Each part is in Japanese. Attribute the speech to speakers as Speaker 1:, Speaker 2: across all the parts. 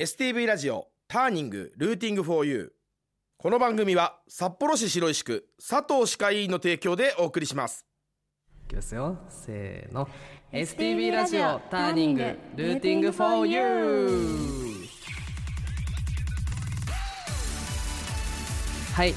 Speaker 1: STV ラジオターニングルーティングフォーユーこの番組は札幌市白石区佐藤歯科医院の提供でお送りします
Speaker 2: いきますよせーの STV ラジオターニングルーティング for you はい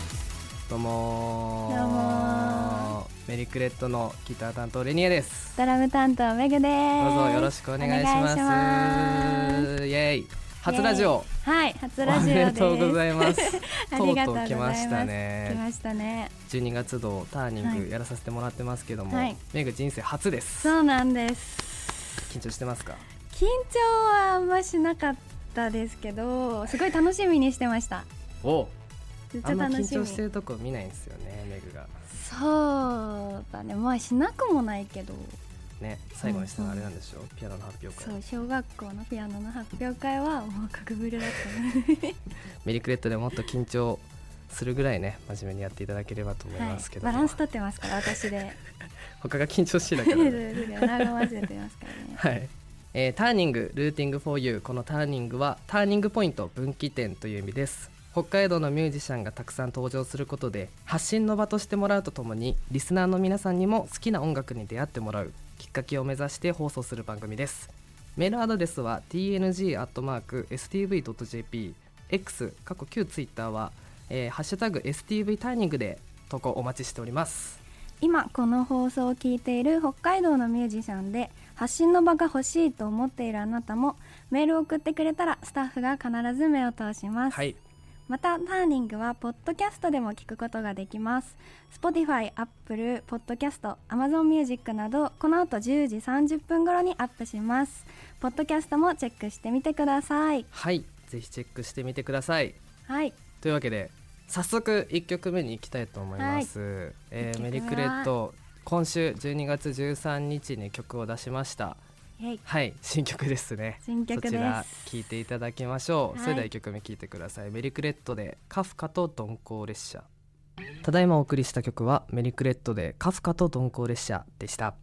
Speaker 2: どうもー
Speaker 3: どうも
Speaker 2: メリクレットのギター担当レニエです
Speaker 3: ドラム担当めぐです。
Speaker 2: どうぞよろしくお願いします
Speaker 3: お願いします
Speaker 2: イエーイ初ラジオ
Speaker 3: はい、初
Speaker 2: お
Speaker 3: ラジ
Speaker 2: め
Speaker 3: オです。
Speaker 2: でとうございます
Speaker 3: ありがと
Speaker 2: と
Speaker 3: うございます
Speaker 2: うとう来ました
Speaker 3: 来
Speaker 2: ね
Speaker 3: ましたね。
Speaker 2: 12月度ターニン
Speaker 3: は
Speaker 2: グ
Speaker 3: い
Speaker 2: やらさせてもらってますけども、
Speaker 3: はい
Speaker 2: メグ人生初です
Speaker 3: そうなんです。
Speaker 2: 緊張してますか
Speaker 3: 緊張はあんましなかったですけど、すごい楽しみにしてました。
Speaker 2: お
Speaker 3: ずっと
Speaker 2: あんま
Speaker 3: 楽し
Speaker 2: 緊張。
Speaker 3: み
Speaker 2: してるとこ見ないんですよねメグが
Speaker 3: そうだね、まあしなくもないけど、
Speaker 2: ね最後にしたのあれなんでしょうピアノの発表
Speaker 3: そ
Speaker 2: 会
Speaker 3: う小学校のピアノの発表会はもう格ぶれだったね。
Speaker 2: メリクレットでもっと緊張するぐらいね真面目に やっていただければと思い
Speaker 3: は
Speaker 2: ますけ
Speaker 3: い、
Speaker 2: ど
Speaker 3: バ
Speaker 2: も、
Speaker 3: ランス取ってますか ら私で。
Speaker 2: 他が緊張してだ
Speaker 3: そ
Speaker 2: から
Speaker 3: う
Speaker 2: ね
Speaker 3: ですね和ませてますからね。
Speaker 2: はい、えーターニングルーティングフォーユーこのターニングはターニングポイント分岐点という意味です北海道のミュージシャンがたくさん登場することで発信の場としてもらうとともにリスナーの皆さんにも好きな音楽に出会ってもらうきっかけを目指して放送する番組ですメールアドレスは tng.stv.jp x 過去旧ツイッターは、えーハッシュタグ stv ターニングで投稿お待ちしております
Speaker 3: 今この放送を聞いている北海道のミュージシャンで発信の場が欲しいと思っているあなたもメールを送ってくれたらスタッフが必ず目を通します、
Speaker 2: はい
Speaker 3: またターニングはポッドキャストでも聞くことができます Spotify、Apple、Podcast、Amazon Music などこの後10時30分頃にアップしますポッドキャストもチェックしてみてください
Speaker 2: はいぜひチェックしてみてください
Speaker 3: はい
Speaker 2: というわけで早速1曲目に行きたいと思います、えー
Speaker 3: 一曲目
Speaker 2: メ
Speaker 3: は
Speaker 2: リクレット今週12月13日に曲を出しました
Speaker 3: イエイ
Speaker 2: はい新曲ですね
Speaker 3: 新曲です
Speaker 2: そちら聴いていただきましょう、
Speaker 3: はい
Speaker 2: それでは1曲目聴いてくださいメリクレットでカフカと鈍行列車ただいまお送りした曲はメリクレットでカフカと鈍行列車でした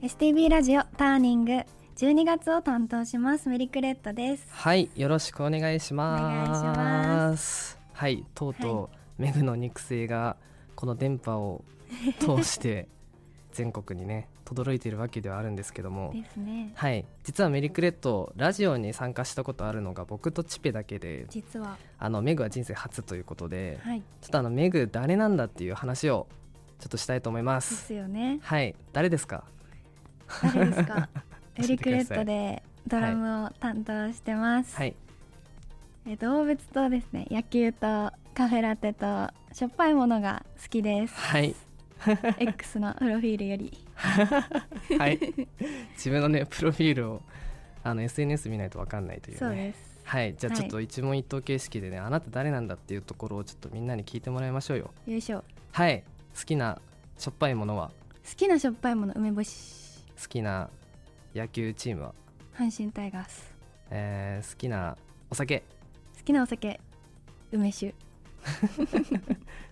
Speaker 3: STB ラジオターニング12月を担当しますメリクレットです
Speaker 2: はいよろしくお願いします
Speaker 3: お願いします
Speaker 2: はいとうとう、メグの肉声がこの電波を通して全国にね轟いているわけではあるんですけど も
Speaker 3: ですね
Speaker 2: はい実はメリクレットラジオに参加したことあるのが僕とチペだけで
Speaker 3: 実は
Speaker 2: あのメグは人生初ということで
Speaker 3: はい
Speaker 2: ちょっとあのメグ誰なんだっていう話をちょっとしたいと思いま
Speaker 3: です すよね
Speaker 2: はい誰ですか
Speaker 3: 誰ですか
Speaker 2: 教え
Speaker 3: エ
Speaker 2: て
Speaker 3: リ
Speaker 2: く
Speaker 3: ク
Speaker 2: だ
Speaker 3: レ
Speaker 2: さ
Speaker 3: ッ
Speaker 2: い
Speaker 3: トでドラムを担当してます、
Speaker 2: はい
Speaker 3: え動物とですね野球とカフェラテとしょっぱいものが好きで す
Speaker 2: はい
Speaker 3: X のプロフィールより
Speaker 2: はい、 自分のねプロフィールをあの SNS 見ないと分かんないというね
Speaker 3: そうです
Speaker 2: はいじゃあ
Speaker 3: はい
Speaker 2: ちょっと一問一答形式でね、あなた誰なんだっていうところをちょっとみんなに聞いてもらいましょうよ
Speaker 3: よいしょ
Speaker 2: はい好きなしょっぱいものは
Speaker 3: 好きなしょっぱいもの梅干し
Speaker 2: 好きな野球チームは、
Speaker 3: 阪神タイガース
Speaker 2: えー好きなお酒
Speaker 3: 好きなお酒梅酒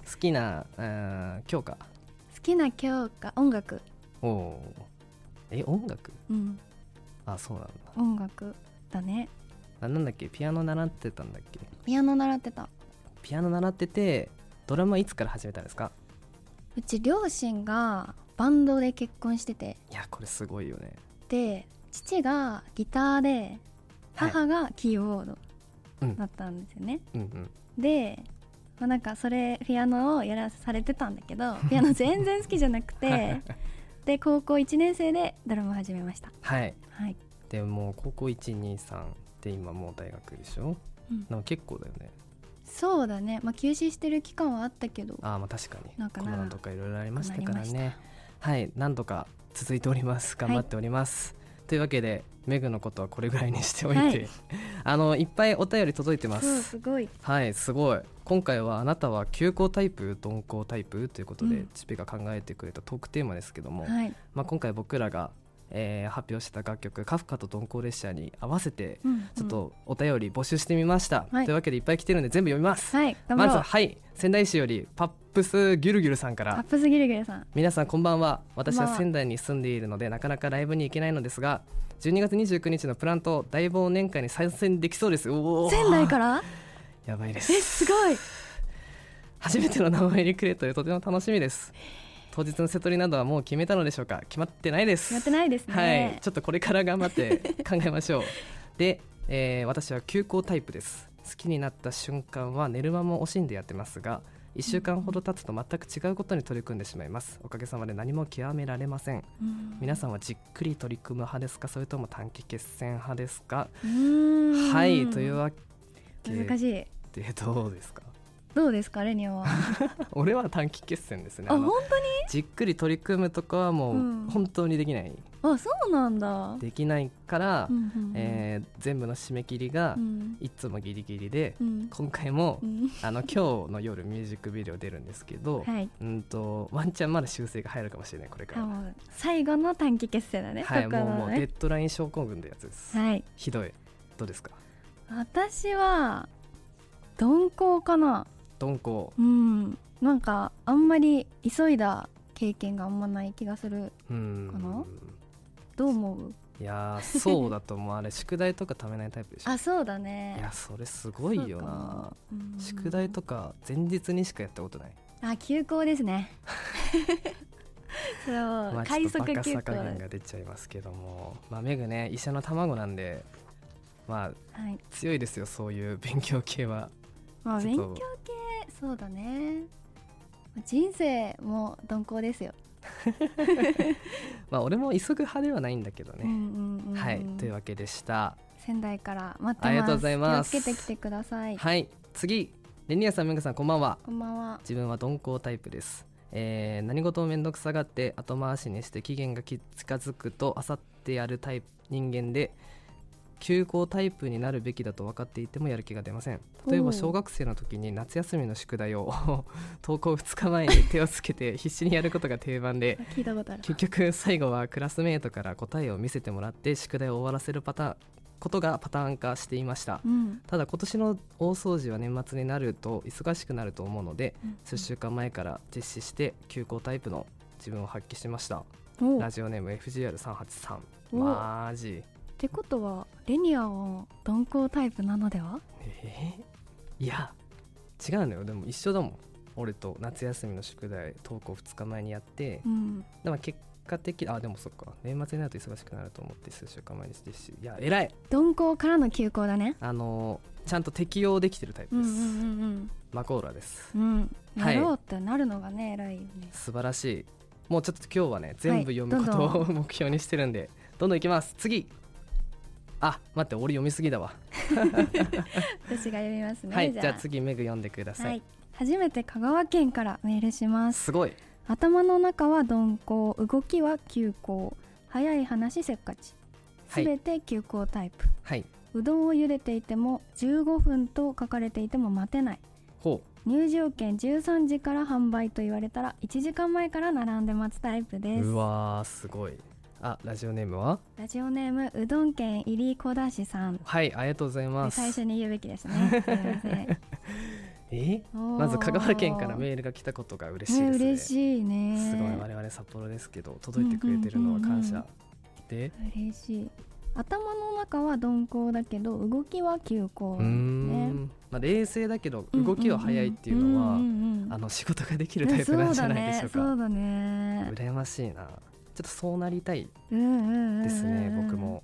Speaker 2: 好きな、えー、教科
Speaker 3: 好きな教科音楽
Speaker 2: おおーえ音楽
Speaker 3: うん
Speaker 2: あそうなんだ
Speaker 3: 音楽だね
Speaker 2: ななんだっけピアノ習ってたんだっけ
Speaker 3: ピアノ習ってた
Speaker 2: ピアノ習っててドラムはいつから始めたんですか
Speaker 3: うち両親がバンドで結婚してて
Speaker 2: いやこれすごいよね
Speaker 3: で父がギターで
Speaker 2: はい
Speaker 3: 母がキーボード
Speaker 2: うん
Speaker 3: だったんですよね、
Speaker 2: うんうん
Speaker 3: で、まあ、なんかそれピアノをやらされてたんだけ どピアノ全然好きじゃなくてで高校1年生でドラムを始めました
Speaker 2: はい
Speaker 3: はい
Speaker 2: でもう高校123で今もう大学でしょ、
Speaker 3: うん
Speaker 2: なんか結構だよね
Speaker 3: そうだねまあ休止してる期間はあったけど
Speaker 2: ああまあ確かに
Speaker 3: なんか
Speaker 2: コ
Speaker 3: な
Speaker 2: ロナとかいろいろありましたか
Speaker 3: な
Speaker 2: ら
Speaker 3: りま
Speaker 2: ねはいなんとか続いております頑張っております、というわけでメグのことはこれぐらいにしておいて、
Speaker 3: はい
Speaker 2: あのいっぱいお便り届いてま
Speaker 3: そう
Speaker 2: す
Speaker 3: すごい
Speaker 2: はいすごい今回はあなたは急行タイプ鈍行タイプということで、
Speaker 3: うん
Speaker 2: チペが考えてくれたトークテーマですけども、
Speaker 3: はい、
Speaker 2: まあ、今回僕らが、えー発表した楽曲「カフカと鈍行列車」に合わせて
Speaker 3: うんうん
Speaker 2: ちょっとお便り募集してみました、
Speaker 3: はい
Speaker 2: というわけでいっぱい来てるんで全部読みます、
Speaker 3: はい頑張
Speaker 2: まず
Speaker 3: ろう、
Speaker 2: ははい仙台市よりパップスギュルギュルさんか
Speaker 3: アッ
Speaker 2: ら
Speaker 3: プスギルギルさん
Speaker 2: 皆さんこんばんは私
Speaker 3: こんばん
Speaker 2: は
Speaker 3: は
Speaker 2: 仙台に住んでいるのでなかなかライブに行けないのですが12月29日のプラント大忘年会に参戦できそうですおお
Speaker 3: 仙 台から
Speaker 2: やばいです
Speaker 3: えすごい
Speaker 2: 初めての名前入りクレートでとても楽しみ です当日の瀬取りなどはもう決めたのでしょうか決まってないです
Speaker 3: やってないですね、
Speaker 2: はいちょっとこれから頑張って考えましょう で、えー私は休校タイプです好きになった瞬間は寝る間も惜しんでやってますが1週間ほど経つと全く違うことに取り組んでしまいますおかげさまで何も極められません
Speaker 3: うん
Speaker 2: 皆さんはじっくり取り組む派ですかそれとも短期決戦派ですか
Speaker 3: うーん
Speaker 2: はいというわけ
Speaker 3: 難しい
Speaker 2: でどうですか
Speaker 3: どうですかレニアは
Speaker 2: 俺は短期決戦ですね
Speaker 3: あ
Speaker 2: あ
Speaker 3: 本
Speaker 2: のじっくり取り組むとかはも
Speaker 3: うん
Speaker 2: う本当にできない、
Speaker 3: 当にあそうなんだ
Speaker 2: できないから、
Speaker 3: うんうんうん
Speaker 2: えー全部の締め切りが
Speaker 3: うん
Speaker 2: いつもギリギリで、
Speaker 3: うん
Speaker 2: 今回も、
Speaker 3: うん
Speaker 2: あの今日の夜ミュージックビデオ出るんですけど、
Speaker 3: はい
Speaker 2: うんとワンチャンまだ修正が入るかもしれないこれか
Speaker 3: あ
Speaker 2: ら、
Speaker 3: もう最後の短期決戦だね、
Speaker 2: はい
Speaker 3: ここ
Speaker 2: もう
Speaker 3: の
Speaker 2: もう
Speaker 3: ね
Speaker 2: デッドライン症候群のやつです、
Speaker 3: はい
Speaker 2: ひどいどうですか
Speaker 3: 私は鈍行かな
Speaker 2: 鈍行
Speaker 3: うんなんかあんまり急いだ経験があんまない気がする
Speaker 2: うーん
Speaker 3: かなどう思う
Speaker 2: いやーそうだと思う あれ宿題とかためないタイプでしょ
Speaker 3: あそうだ
Speaker 2: い
Speaker 3: ね
Speaker 2: やそれすごいよな、
Speaker 3: そうかもうん
Speaker 2: 宿題とか前日にしかやったことない
Speaker 3: あ休校で すね そう、
Speaker 2: まあ、ちょ
Speaker 3: 快
Speaker 2: っとバ
Speaker 3: 速
Speaker 2: カ
Speaker 3: 休
Speaker 2: さ
Speaker 3: 校
Speaker 2: 加減が出ちゃいますけども、まあ、メグね医者の卵なんでまあ
Speaker 3: はい
Speaker 2: 強いですよそういう 勉強系は
Speaker 3: まあ
Speaker 2: ちょ
Speaker 3: 勉
Speaker 2: っと
Speaker 3: 強系そうだね人生も鈍行ですよ、
Speaker 2: まあ俺も急ぐ派ではないんだけど
Speaker 3: うん
Speaker 2: ね、
Speaker 3: うんうんうん
Speaker 2: はいというわけでした
Speaker 3: 仙台から待ってます
Speaker 2: ありがとうございます
Speaker 3: 気をつけてきてください、
Speaker 2: はい次レニアさんメグさんこんばんは
Speaker 3: こんばんは
Speaker 2: 自分は鈍行タイプです、えー何事も面倒くさがって後回しにして期限がき近づくとあさってやるタイプ人間で休校タイプになるべきだと分かっていてもやる気が出ません例え
Speaker 3: おう
Speaker 2: ば小学生の時に夏休みの宿題を 登校2日前に手をつけて必死にやることが定番で
Speaker 3: 聞いたことある
Speaker 2: 結局最後はクラスメートから答えを見せてもらって宿題を終わらせるパターンことがパターン化していました
Speaker 3: うん
Speaker 2: ただ今年の大掃除は年末になると忙しくなると思うので
Speaker 3: うん
Speaker 2: 数週間前から実施して休校タイプの自分を発揮しました
Speaker 3: おう
Speaker 2: ラジオネーム FGR383
Speaker 3: お
Speaker 2: マジ
Speaker 3: ってことはレニアを鈍行タイプなのでは
Speaker 2: えーいや違うのよでも一緒だもん俺と夏休みの宿題登校2日前にやって
Speaker 3: うん
Speaker 2: でも結果的あでもそっか年末になると忙しくなると思って数週間前に実施いや偉い
Speaker 3: 鈍行からの休校だね
Speaker 2: あのーちゃんと適用できてるタイプ
Speaker 3: うん
Speaker 2: で
Speaker 3: う
Speaker 2: す、
Speaker 3: ん
Speaker 2: マコーラです
Speaker 3: うんうんうん
Speaker 2: は
Speaker 3: や
Speaker 2: い
Speaker 3: ろうってなるのがね偉いよね
Speaker 2: 素晴らしいもうちょっと今日はね全部読むこと
Speaker 3: どん
Speaker 2: を 目標にしてるんでどんどんいきます次あ待って俺読みすぎだわ、
Speaker 3: 私が読みますね、
Speaker 2: はいじゃあ次メグ読んでください、
Speaker 3: はい初めて香川県からメールします
Speaker 2: すごい
Speaker 3: 頭の中は鈍行動きは急行早い話せっかち
Speaker 2: は
Speaker 3: す
Speaker 2: い
Speaker 3: べて急行タイプ、
Speaker 2: はいう
Speaker 3: どんを茹でていても15分と書かれていても待てない
Speaker 2: ほ
Speaker 3: 入場券13時から販売と言われたら1時間前から並んで待つタイプ
Speaker 2: う
Speaker 3: です
Speaker 2: うわーすごいあラジオネームは
Speaker 3: ラジオネームうどん県入り小出しさんで
Speaker 2: はいありがとうございます
Speaker 3: 最初に言うべきですねすいません
Speaker 2: え
Speaker 3: ま
Speaker 2: まず香川県からメールが来たことが嬉しい
Speaker 3: ね
Speaker 2: ですね
Speaker 3: 嬉しいね
Speaker 2: すごい我々札幌ですけど届いてくれてるのは感謝、
Speaker 3: うんうん
Speaker 2: で
Speaker 3: 嬉しい頭の中は鈍行だけど動きは急行
Speaker 2: うーん、まあ、冷静だけど動きは速いっていうのは、
Speaker 3: んうんうん
Speaker 2: あの仕事ができるタイプなんじゃないでしょうか
Speaker 3: そうだねそうだね
Speaker 2: 羨ましいなちょっとそうなりたい
Speaker 3: うんうんうんうん
Speaker 2: ですね、僕も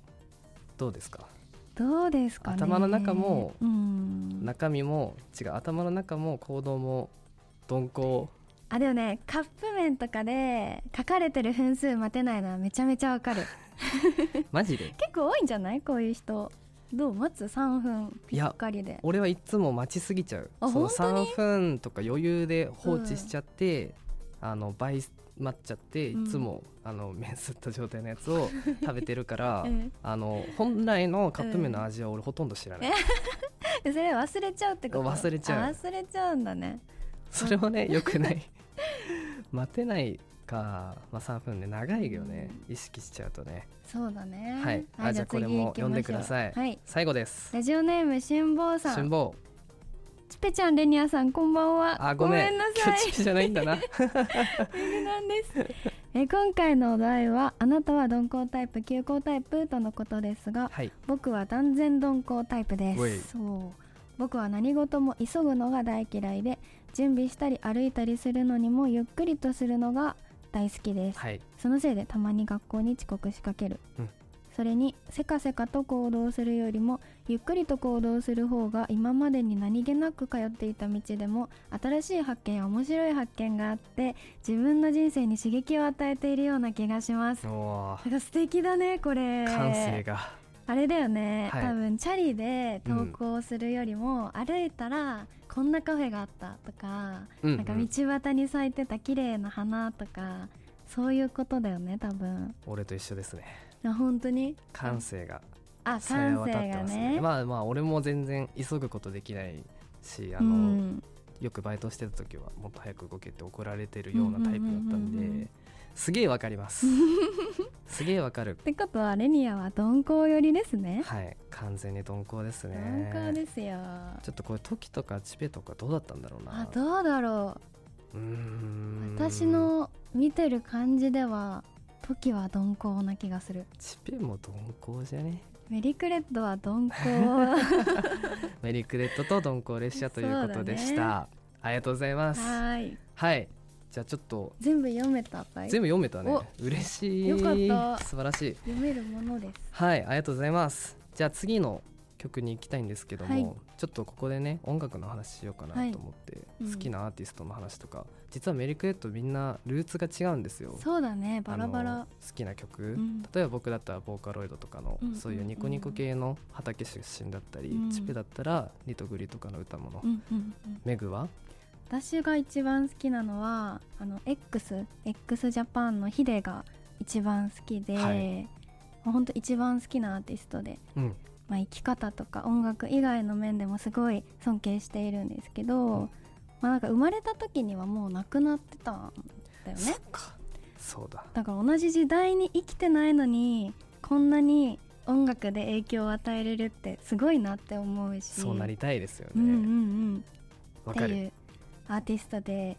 Speaker 2: どうですか
Speaker 3: どうですかね
Speaker 2: 頭の中も
Speaker 3: うん
Speaker 2: 中身も違う頭の中も行動も鈍行
Speaker 3: あでもねカップ麺とかで書かれてる分数待てないのはめちゃめちゃわ かる
Speaker 2: マジで
Speaker 3: 結構多いんじゃないこういう人どう待つ三分ぴったりで
Speaker 2: 俺はいつも待ちすぎちゃう
Speaker 3: あ
Speaker 2: その
Speaker 3: 本当に
Speaker 2: 3分とか余裕で放置しちゃって、あの倍待っちゃってい
Speaker 3: うん、
Speaker 2: つも、あの麺吸った状態のやつを食べてるから
Speaker 3: うん
Speaker 2: あの本来のカップ麺の味は俺ほとんど知らない、
Speaker 3: でそれ忘れちゃうってこと
Speaker 2: 忘れちゃう
Speaker 3: あ忘れちゃうんだね
Speaker 2: それも ね良くない待てないか、まあ、3分で長いよね、意識しちゃうとね
Speaker 3: そうだね
Speaker 2: はいあじゃあこれ
Speaker 3: 次行
Speaker 2: も
Speaker 3: きましょ
Speaker 2: 読
Speaker 3: う
Speaker 2: んでください
Speaker 3: はい
Speaker 2: 最後です
Speaker 3: ラジオネームしんぼうさん
Speaker 2: 辛抱
Speaker 3: チペちゃんレニアさんこんばんは
Speaker 2: あごめん
Speaker 3: ごめんなさい
Speaker 2: 今 日チビじゃないんだな
Speaker 3: なんです。えー今回のお題はあなたは鈍行タイプ急行タイプとのことですが
Speaker 2: はい
Speaker 3: 僕は断然鈍行タイプで
Speaker 2: おい
Speaker 3: すそう僕は何事も急ぐのが大嫌いで準備したり歩いたりするのにもゆっくりとするのが大好きです、
Speaker 2: はい
Speaker 3: そのせいでたまに学校に遅刻しかける、
Speaker 2: うん
Speaker 3: それにせかせかと行動するよりもゆっくりと行動する方が今までに何気なく通っていた道でも新しい発見や面白い発見があって自分の人生に刺激を与えているような気がします
Speaker 2: おお
Speaker 3: なんか素敵だねこれ
Speaker 2: 感性が
Speaker 3: あれだよね、
Speaker 2: はい
Speaker 3: 多分チャリで登校するよりも、歩いたらこんなカフェがあったとか、
Speaker 2: な
Speaker 3: なんか道端に咲いてた綺麗な花とかそういうことだよね多分
Speaker 2: 俺と一緒ですね
Speaker 3: あ本当に
Speaker 2: 感性が
Speaker 3: あ
Speaker 2: さえ
Speaker 3: 感
Speaker 2: 渡っ
Speaker 3: 性
Speaker 2: て
Speaker 3: が
Speaker 2: ます
Speaker 3: ね
Speaker 2: ねまあまあ俺も全然急ぐことできないしあ
Speaker 3: う
Speaker 2: の、
Speaker 3: ん、
Speaker 2: よくバイトしてた時はもっと早く動けって怒られてるようなタイプだった
Speaker 3: うんうんうんうん
Speaker 2: ん
Speaker 3: うん
Speaker 2: ですげえわかります すげえわかる
Speaker 3: ってことはレニアは鈍行寄りですね
Speaker 2: はい完全に鈍行ですね
Speaker 3: 鈍行ですよ
Speaker 2: ちょっとこれ時とかチベとかどうだったんだろうな
Speaker 3: あどうだろ
Speaker 2: うー
Speaker 3: うん私の見てる感じでは時は鈍行な気がする
Speaker 2: チベも鈍行じゃね
Speaker 3: メリクレッドは鈍行
Speaker 2: メリークレットと鈍行列車ということでした、ありがとうございますは
Speaker 3: はい
Speaker 2: いじゃあちょっと
Speaker 3: 全部読めたかい
Speaker 2: 全部読めたね
Speaker 3: お
Speaker 2: 嬉しい
Speaker 3: よかった
Speaker 2: 素晴らしい
Speaker 3: 読めるものです
Speaker 2: はいありがとうございますじゃあ次の曲に行きたいんですけども、
Speaker 3: はい
Speaker 2: ちょっとここでね音楽の話しようかなと思って、
Speaker 3: はいうん
Speaker 2: 好きなアーティストの話とか、実はメリークレットみんなルーツが違うんですよ
Speaker 3: そうだねバラバ
Speaker 2: あ
Speaker 3: ラ
Speaker 2: の好きな曲、
Speaker 3: ん
Speaker 2: 例えば僕だったらボーカロイドとかの、
Speaker 3: うん
Speaker 2: そういうニコニコ系の畑出身だったり、
Speaker 3: うん
Speaker 2: チペだったらリトグリとかの歌もの、
Speaker 3: うんうんうん
Speaker 2: メグは
Speaker 3: 私が一番好きなのはあの X X ジャパンのヒデが一番好きで、
Speaker 2: はい
Speaker 3: 本当一番好きなアーティストで、
Speaker 2: うん
Speaker 3: まあ、生き方とか音楽以外の面でもすごい尊敬しているんですけど、
Speaker 2: うん
Speaker 3: まあなんか生まれた時にはもう亡くなってたんだよ
Speaker 2: そ
Speaker 3: ね
Speaker 2: っかそうだ
Speaker 3: だから同じ時代に生きてないのにこんなに音楽で影響を与えれるってすごいなって思うし
Speaker 2: そうなりたいですよね
Speaker 3: うんうんうん
Speaker 2: わ、
Speaker 3: って
Speaker 2: かる
Speaker 3: いうアーティストで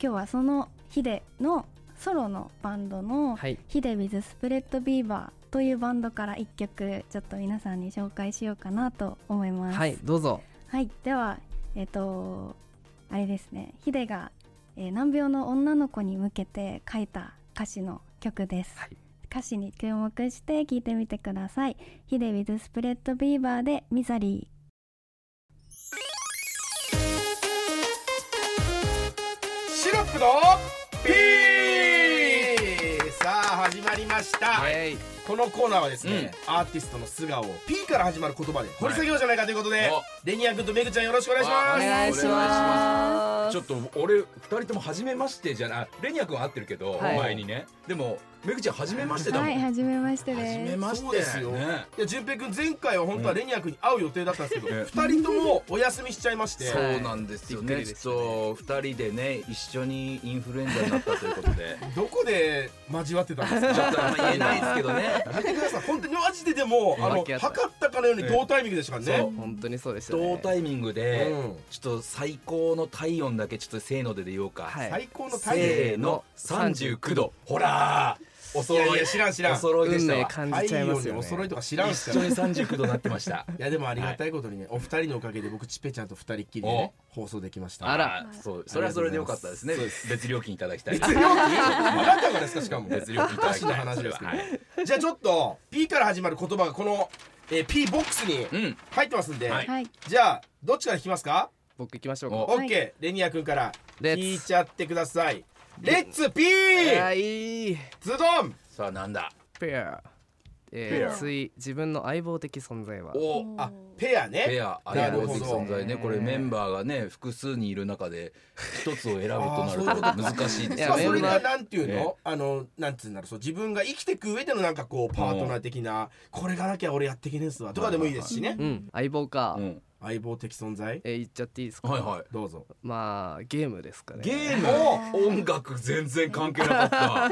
Speaker 3: 今日はそのヒデのソロのバンドの
Speaker 2: はい
Speaker 3: ヒデ with スプレッドビーバーというバンドから一曲ちょっと皆さんに紹介しようかなと思います。
Speaker 2: はいどうぞ
Speaker 3: はいではえっ、とあれですねヒデが、えー難病の女の子に向けて書いた歌詞の曲です。
Speaker 2: はい
Speaker 3: 歌詞に注目して聞いてみてください。ヒデ with スプレッドビーバーでミザリー。
Speaker 1: シロップのピーさあ始まりました、
Speaker 4: はい、
Speaker 1: このコーナーはですね、アーティストの素顔を P から始まる言葉で掘り下げようじゃないかということで、レニア君とメグちゃんよろしくお願いし
Speaker 4: お
Speaker 1: ます
Speaker 4: 願いし
Speaker 2: ま
Speaker 4: ちょっと俺二人とも初めましてじゃなレニア君は合ってるけど、
Speaker 2: はい
Speaker 4: 前にねでもめぐちゃん初めましてだもん、
Speaker 3: はい、はじめましてです。
Speaker 4: 初めまして
Speaker 1: そうですよ、
Speaker 4: ね
Speaker 1: いや順平君前回は本当はレニア君に会う予定だったんですけど、
Speaker 4: ね
Speaker 1: 2人ともお休みしちゃいまして
Speaker 2: そ
Speaker 4: そうなんですよね、
Speaker 2: はいびっくりです
Speaker 4: ちょっと二人でね一緒にインフルエンザになったというこ とで
Speaker 1: どこで交わってたんですか
Speaker 4: ちょっとあんま言えないですけどね
Speaker 1: 見てください本当にマジででもあの
Speaker 2: 分け合った
Speaker 1: 測ったかのように同タイミングでしたからね、
Speaker 2: 本当にそうでしたね
Speaker 4: 同タイミングで、
Speaker 1: うん
Speaker 4: ちょっと最高の体温だけちょっとせーので出ようか、
Speaker 2: はい
Speaker 1: 最高のタイミング
Speaker 4: せーの39度ほらーお
Speaker 1: い
Speaker 4: 揃い
Speaker 1: やいや知らん知らん
Speaker 4: お揃いで
Speaker 2: 運
Speaker 4: した
Speaker 2: 命
Speaker 4: わ
Speaker 2: 感
Speaker 1: 太
Speaker 2: じちゃいま
Speaker 1: 陽
Speaker 2: す
Speaker 1: に
Speaker 2: よね
Speaker 1: お揃いとか知らんっす
Speaker 4: 一
Speaker 1: よ
Speaker 4: 緒
Speaker 1: ね
Speaker 4: に39度になってました
Speaker 1: いやでもありがたいことにね、お二人のおかげで僕チペちゃんと二人っきりでね放送できました
Speaker 4: あら
Speaker 3: はい、
Speaker 4: そう、それはそれでよかったですね。別料金いただきたい。
Speaker 1: 別料金あなたがですかしかも
Speaker 4: 別料金いた
Speaker 1: お
Speaker 4: だき
Speaker 1: かしな
Speaker 4: たい。
Speaker 1: 話です
Speaker 4: そ
Speaker 1: けど
Speaker 4: れははい
Speaker 1: じゃあちょっと P から始まる言葉がこの、えー、P ボックスに
Speaker 4: うん。
Speaker 1: 入ってますんで、
Speaker 4: はい
Speaker 3: はい。
Speaker 1: じゃあどっちから聞きますか
Speaker 2: 僕行きましょう
Speaker 4: お
Speaker 2: か
Speaker 1: OK、
Speaker 3: はい
Speaker 1: レニア君から
Speaker 2: レッツ
Speaker 1: 聞いちゃってくださいレッツ P
Speaker 2: あいい
Speaker 1: ズドン
Speaker 4: さあ、なんだ。
Speaker 2: ペアえー
Speaker 4: Pair
Speaker 2: つい自分の相棒的存在は
Speaker 4: お。
Speaker 1: あペアね
Speaker 4: ペア、
Speaker 1: な
Speaker 4: 相
Speaker 1: る
Speaker 4: 棒
Speaker 1: ほ
Speaker 4: 的
Speaker 1: ど
Speaker 4: 存在ね、これメンバーがね、複数にいる中で。一つを選ぶとなると難しいです
Speaker 2: や
Speaker 1: ま
Speaker 4: よ
Speaker 1: あ、
Speaker 4: ね。
Speaker 1: それ
Speaker 2: メンバ
Speaker 1: が
Speaker 2: ー
Speaker 1: なんていうの、
Speaker 4: ええ
Speaker 1: あのなんつうんだろうそう自分が生きてく上でのなんかこうパートナー的なこれがなきゃ俺やっていけねえっすわとかでもいいですしね、
Speaker 2: うん相棒か
Speaker 4: うん
Speaker 1: 相棒的存在
Speaker 2: えー、言っちゃっていいですか、
Speaker 4: はいは
Speaker 1: どうぞ
Speaker 2: まあゲームですかね
Speaker 4: い。ゲー
Speaker 1: お
Speaker 4: ム音楽全然関係なかっ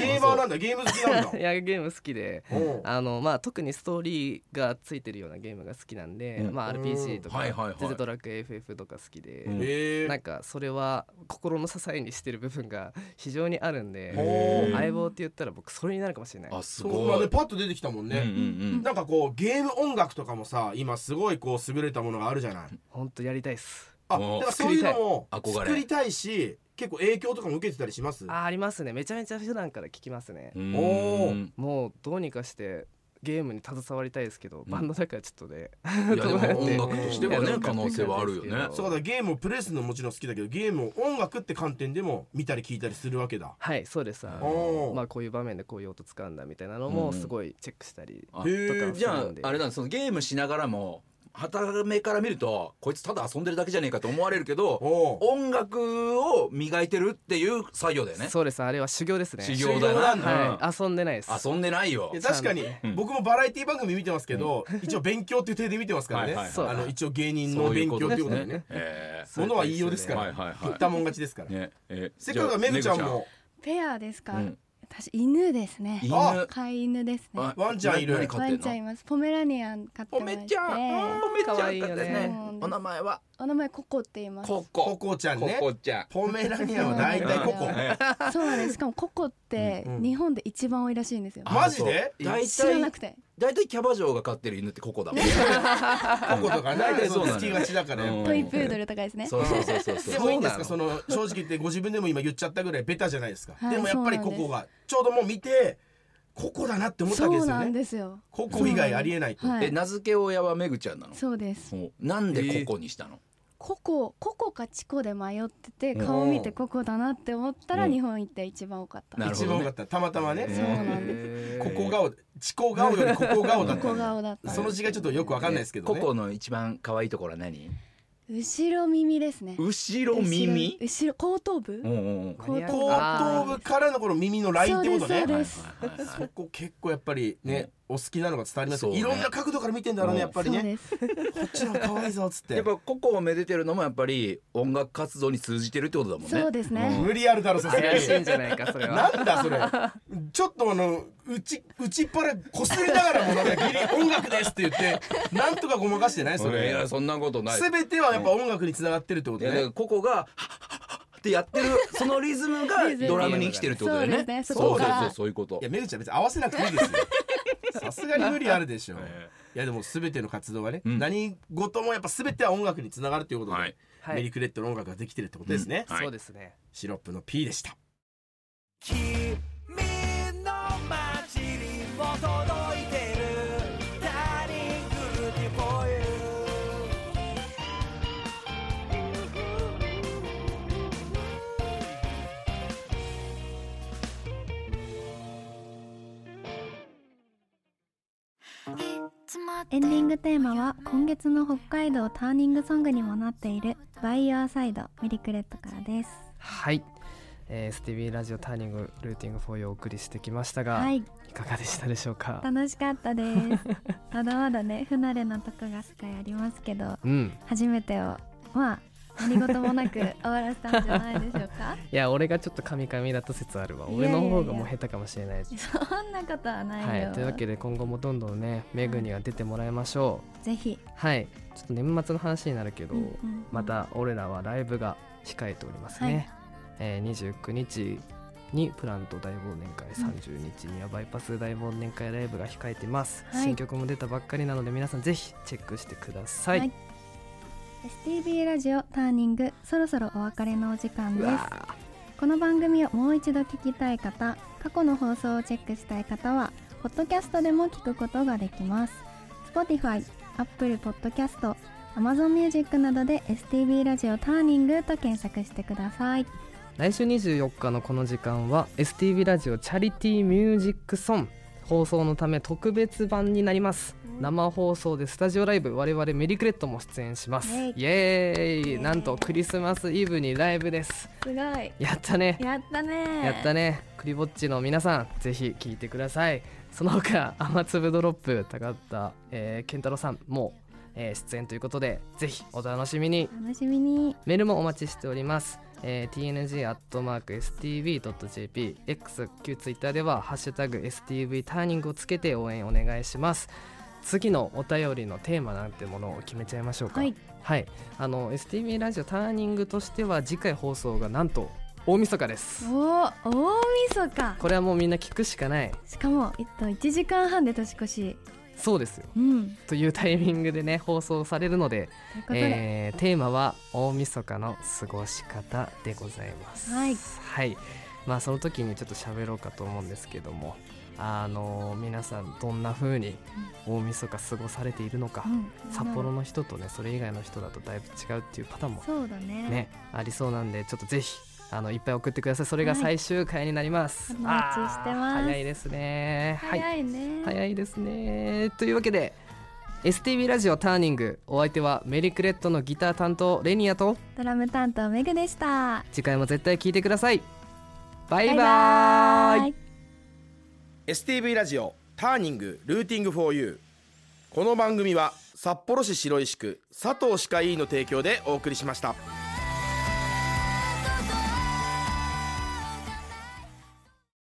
Speaker 1: ゲーマーなんだゲーム好きなんだ
Speaker 2: いやゲーム好きで
Speaker 1: おう
Speaker 2: あのまあ特にストーリーがついてるようなゲームが好きなんで、
Speaker 4: うん
Speaker 2: まあ RPG とか、
Speaker 4: うんはいはいはい
Speaker 2: 全然ドラクエ FF とか好きで、
Speaker 4: うん
Speaker 1: え
Speaker 2: なん
Speaker 1: ー、
Speaker 2: かそれは心の支えにしてる部分が非常にあるんで
Speaker 1: おー
Speaker 2: 相棒って言ったら僕それになるかもしれない
Speaker 4: た。あす
Speaker 1: そうまあ
Speaker 4: ご
Speaker 1: ね
Speaker 4: い。
Speaker 1: パッと出てきたもん
Speaker 4: うんうんう
Speaker 1: ね、
Speaker 4: ん。
Speaker 1: なんかこうゲーム音楽とかもさ今すごいこう優れたものがあるじゃない
Speaker 2: 本当やりたいっす
Speaker 1: あだ
Speaker 4: お
Speaker 1: からそういうのも
Speaker 4: 作りたい憧れ
Speaker 1: 作りたいし結構影響とかも受けてたりします
Speaker 2: あありますねめちゃめちゃ普段から聞きますね
Speaker 4: う、ん
Speaker 1: お
Speaker 2: もうどうにかしてゲームに携わりたいですけど、バンドだからちょっとね
Speaker 4: いやでも音楽としては
Speaker 1: や
Speaker 4: ね
Speaker 1: ろう
Speaker 4: 可能性はあるよね。
Speaker 1: そうだからゲームをプレイするのももちろん好きだけどゲームを音楽って観点でも見たり聞いたりするわけだ
Speaker 2: はいそうですあの
Speaker 1: おー
Speaker 2: まあこういう場面でこういう音使うんだみたいなの
Speaker 4: うんう
Speaker 2: も
Speaker 4: ん
Speaker 2: すごいチェックしたり、
Speaker 1: へ
Speaker 4: あ
Speaker 1: ー
Speaker 4: じゃああれだそのゲームしながらも働目から見るとこいつただ遊んでるだけじゃねえかと思われるけど
Speaker 1: おう
Speaker 4: 音楽を磨いてるっていう作業だよね。
Speaker 2: そうですあれは修行ですね
Speaker 4: 修行だな
Speaker 1: 修行
Speaker 4: うん
Speaker 2: はい、遊んでないです
Speaker 4: 遊んでないよ
Speaker 1: いや。確かに
Speaker 4: うん
Speaker 1: 僕もバラエティ番組見てますけど、一応勉強っていう体で見てますからね、
Speaker 4: はいはい
Speaker 2: はい
Speaker 1: あの一応芸人
Speaker 4: そ
Speaker 1: の
Speaker 4: ういう
Speaker 1: 勉強
Speaker 4: こ
Speaker 1: って
Speaker 4: とで
Speaker 1: いうこ
Speaker 4: す
Speaker 1: とでね
Speaker 4: ね。え
Speaker 1: ものは言いようですか
Speaker 4: え
Speaker 1: ら、
Speaker 4: はいはい
Speaker 1: 食っ
Speaker 4: は
Speaker 1: たもん勝ちですから、
Speaker 4: い。ねえ
Speaker 1: せっかくだからめぐちゃんも
Speaker 3: ペアです
Speaker 4: じ
Speaker 3: か、
Speaker 4: ゃあうん
Speaker 3: 私犬ですね
Speaker 4: 犬
Speaker 1: あ
Speaker 3: 飼い犬ですね
Speaker 4: あ
Speaker 1: ワンちゃんいる
Speaker 4: 何飼
Speaker 3: ワ
Speaker 4: ってん
Speaker 3: ン
Speaker 4: の
Speaker 3: ちゃんいますポメラニアン飼って
Speaker 4: お
Speaker 3: ま
Speaker 4: め
Speaker 3: して
Speaker 4: ちゃん、おめちゃん
Speaker 2: 可愛いよね
Speaker 4: だって
Speaker 3: うん
Speaker 4: お名前は
Speaker 3: お名前ココって言います
Speaker 4: コ
Speaker 1: コ
Speaker 4: コ。
Speaker 1: コちゃんね
Speaker 4: ココちゃん。
Speaker 1: ポメラニアンは大体 ココ
Speaker 3: うんそうなんですしかもココって
Speaker 1: うん
Speaker 3: 日本で一番多いらしいんですよ、
Speaker 1: マジで
Speaker 4: あそう大
Speaker 3: 知らな
Speaker 4: 体
Speaker 3: くて
Speaker 4: 大体キャバ嬢が飼ってる犬ってココだもん。
Speaker 1: ココとか大体そう好きがちだから、
Speaker 4: うん
Speaker 1: やっ
Speaker 3: トイプードルとかですね
Speaker 4: そうそうそうそう
Speaker 1: で
Speaker 4: そ
Speaker 1: も
Speaker 4: う。
Speaker 1: いいんですか
Speaker 2: そ
Speaker 1: その正直言ってご自分でも今言っちゃったぐらいベタじゃないですか、
Speaker 3: はい
Speaker 1: でもやっぱりココがちょうどもう見てココだなって思ったわけで
Speaker 3: そう
Speaker 1: すよ
Speaker 3: なん
Speaker 1: ね
Speaker 3: ですよ
Speaker 1: ココ以外ありえないと、
Speaker 3: はい
Speaker 4: え名付け親はめぐちゃんなの。
Speaker 3: そうです
Speaker 4: そうなんでココにしたの。
Speaker 3: ココココかチコで迷ってて
Speaker 4: うん
Speaker 3: 顔見てココだなって思ったら
Speaker 4: うん
Speaker 3: 日本行って一番多かった
Speaker 4: なるほ
Speaker 1: 一
Speaker 4: ど
Speaker 1: 番多
Speaker 4: ね
Speaker 1: かったたまたまね、
Speaker 3: そうなんで
Speaker 2: で
Speaker 3: す
Speaker 1: ここ顔チコ顔よりここ顔だっ
Speaker 3: ココ
Speaker 1: た
Speaker 3: 顔だった
Speaker 1: その字がちょっとよくわかんないですけどね
Speaker 4: ココの一番可愛いところは何？
Speaker 3: 後ろ耳ですね
Speaker 4: 後ろ耳。
Speaker 3: 後ろ後頭部
Speaker 4: うんうんうん。
Speaker 3: 後
Speaker 1: 後頭部からのこの耳のラインってことね
Speaker 3: そうです
Speaker 4: はいはいはいはい
Speaker 1: そこ結構やっぱりね、お好きなのが伝わりますよ
Speaker 4: そうね
Speaker 1: いろんな角度から見てんだろうね、
Speaker 4: うん
Speaker 1: やっぱり
Speaker 3: そ
Speaker 1: ね
Speaker 3: うです
Speaker 1: こっちの方が可愛いぞっつって
Speaker 4: やっぱココをめでてるのもやっぱり音楽活動に通じてるってことだもんね。
Speaker 3: そうですね
Speaker 1: 無理あるだろさすが
Speaker 2: 怪しいん
Speaker 1: に
Speaker 2: じゃないかそれは
Speaker 1: なんだそれちょっとあのうちうちっぱらこすりながらもなんかギリ音楽ですって言ってなんとかごまかしてないそ
Speaker 4: い
Speaker 1: れ
Speaker 4: やそんなことない。
Speaker 1: 全てはやっぱ音楽につながってるってこと
Speaker 4: いやだから
Speaker 1: ね
Speaker 4: ココがハッハッハッってやってるそのリズムが
Speaker 3: リズム
Speaker 4: ドラムに生きてるってことだよ
Speaker 3: そうで
Speaker 4: ね。
Speaker 3: すねそ
Speaker 4: そ
Speaker 1: こ
Speaker 4: う
Speaker 1: か
Speaker 4: そう
Speaker 1: ら
Speaker 4: そうそういうこと
Speaker 1: いや。めぐちゃん別に合わせなくていいですよさすがに無理あるでしょう、
Speaker 4: え
Speaker 1: いやでも全ての活動がね、
Speaker 4: うん
Speaker 1: 何事もやっぱ全ては音楽につながるということで、
Speaker 4: はい
Speaker 2: は
Speaker 1: メリ
Speaker 2: い
Speaker 1: ークレットの音楽ができてるってことですね、
Speaker 4: うんはい
Speaker 2: そうですね
Speaker 1: シロップの P でした
Speaker 5: 君の街にも届いてるダーリングディフォーユ
Speaker 3: エンディングテーマは今月の北海道ターニングソングにもなっている「バイ・ヨア・サイド」メリクレットからです。
Speaker 2: はい、えー、スティービーラジオターニングルーティングフォーユーをお送りしてきましたが、、
Speaker 3: はいい
Speaker 2: かがでしたでしょうか
Speaker 3: 楽しかったです。まだまだね不慣れなとこがすごいありますけど
Speaker 2: うん
Speaker 3: 初めてをまあ何事もなく終わらせたんじゃないでしょうか。
Speaker 2: いや俺がちょっとカミカミだった説あるわ
Speaker 3: いやいや
Speaker 2: 俺
Speaker 3: い
Speaker 2: の
Speaker 3: や
Speaker 2: 方がもう下手かもしれない
Speaker 3: そんなことはないよ。
Speaker 2: はいというわけで今後もどんどんねメグには出てもらいましょ
Speaker 3: ぜひ、
Speaker 2: うはいちょっと年末の話になるけど、
Speaker 3: うんうん
Speaker 2: また俺らはライブが控えておりますね、
Speaker 3: はい
Speaker 2: えー29日にプラント大忘年会、30日にはバイパス大忘年会ライブが控えてます、
Speaker 3: はい
Speaker 2: 新曲も出たばっかりなので皆さんぜひチェックしてください、
Speaker 3: はい STB ラジオターニングそろそろお別れのお時間
Speaker 2: う
Speaker 3: です。
Speaker 2: わー
Speaker 3: この番組をもう一度聞きたい方過去の放送をチェックしたい方はポッドキャストでも聞くことができます Spotify、Apple Podcast、Amazon Music などで STB ラジオターニングと検索してください
Speaker 2: 来週24日のこの時間は STV ラジオチャリティーミュージックソン放送のため特別版になります生放送でスタジオライブ我々メリークレットも出演します
Speaker 3: イェイ
Speaker 2: イエーイなんとクリスマスイブにライブです
Speaker 3: すごい
Speaker 2: やったね
Speaker 3: やったね
Speaker 2: やった
Speaker 3: ね
Speaker 2: ねクリぼっちの皆さんぜひ聞い てくださいその他雨粒ドロップ高田、えー、健太郎さんも、えー出演ということでぜひお楽しみに
Speaker 3: 楽しみに
Speaker 2: メールもお待ちしております。えー、tng.stv.jp、X、旧 Twitter では、ハッシュタグ STV ターニングをつけて応援お願いします。次のお便りのテーマなんてものを決めちゃいましょうか。
Speaker 3: はい、
Speaker 2: はい、あの STV ラジオターニングとしては、次回放送がなんと大晦日です。
Speaker 3: おー大晦日
Speaker 2: これはもうみんな聞くしかない。
Speaker 3: しかも、えっと、1時間半で年越し
Speaker 2: そうですよ。
Speaker 3: うん
Speaker 2: というタイミングでね、放送されるので、
Speaker 3: ということで、
Speaker 2: えーテーマは大晦日の過ごし方でございます。
Speaker 3: はい
Speaker 2: はいまあその時にちょっと喋ろうかと思うんですけども、あの皆さんどんな風に大晦日過ごされているのか、
Speaker 3: うん
Speaker 2: 札幌の人とねそれ以外の人だとだいぶ違うっていうパターンも
Speaker 3: そうだね
Speaker 2: ねありそうなんでちょっとぜひあのいっぱい送ってください。それが最終回になります。
Speaker 3: お待ちしてます
Speaker 2: あー早いですね。はい
Speaker 3: 早いね、
Speaker 2: 早いですねというわけで STV ラジオターニングお相手はメリークレットのギター担当レニアと
Speaker 3: ドラム担当メグでした
Speaker 2: 次回も絶対聞いてくださいバイバ
Speaker 3: バイ
Speaker 2: ー
Speaker 3: バ
Speaker 2: イ
Speaker 3: イ
Speaker 1: STV ラジオターニングルーティング 4U この番組は札幌市白石区佐藤歯科医院の提供でお送りしました。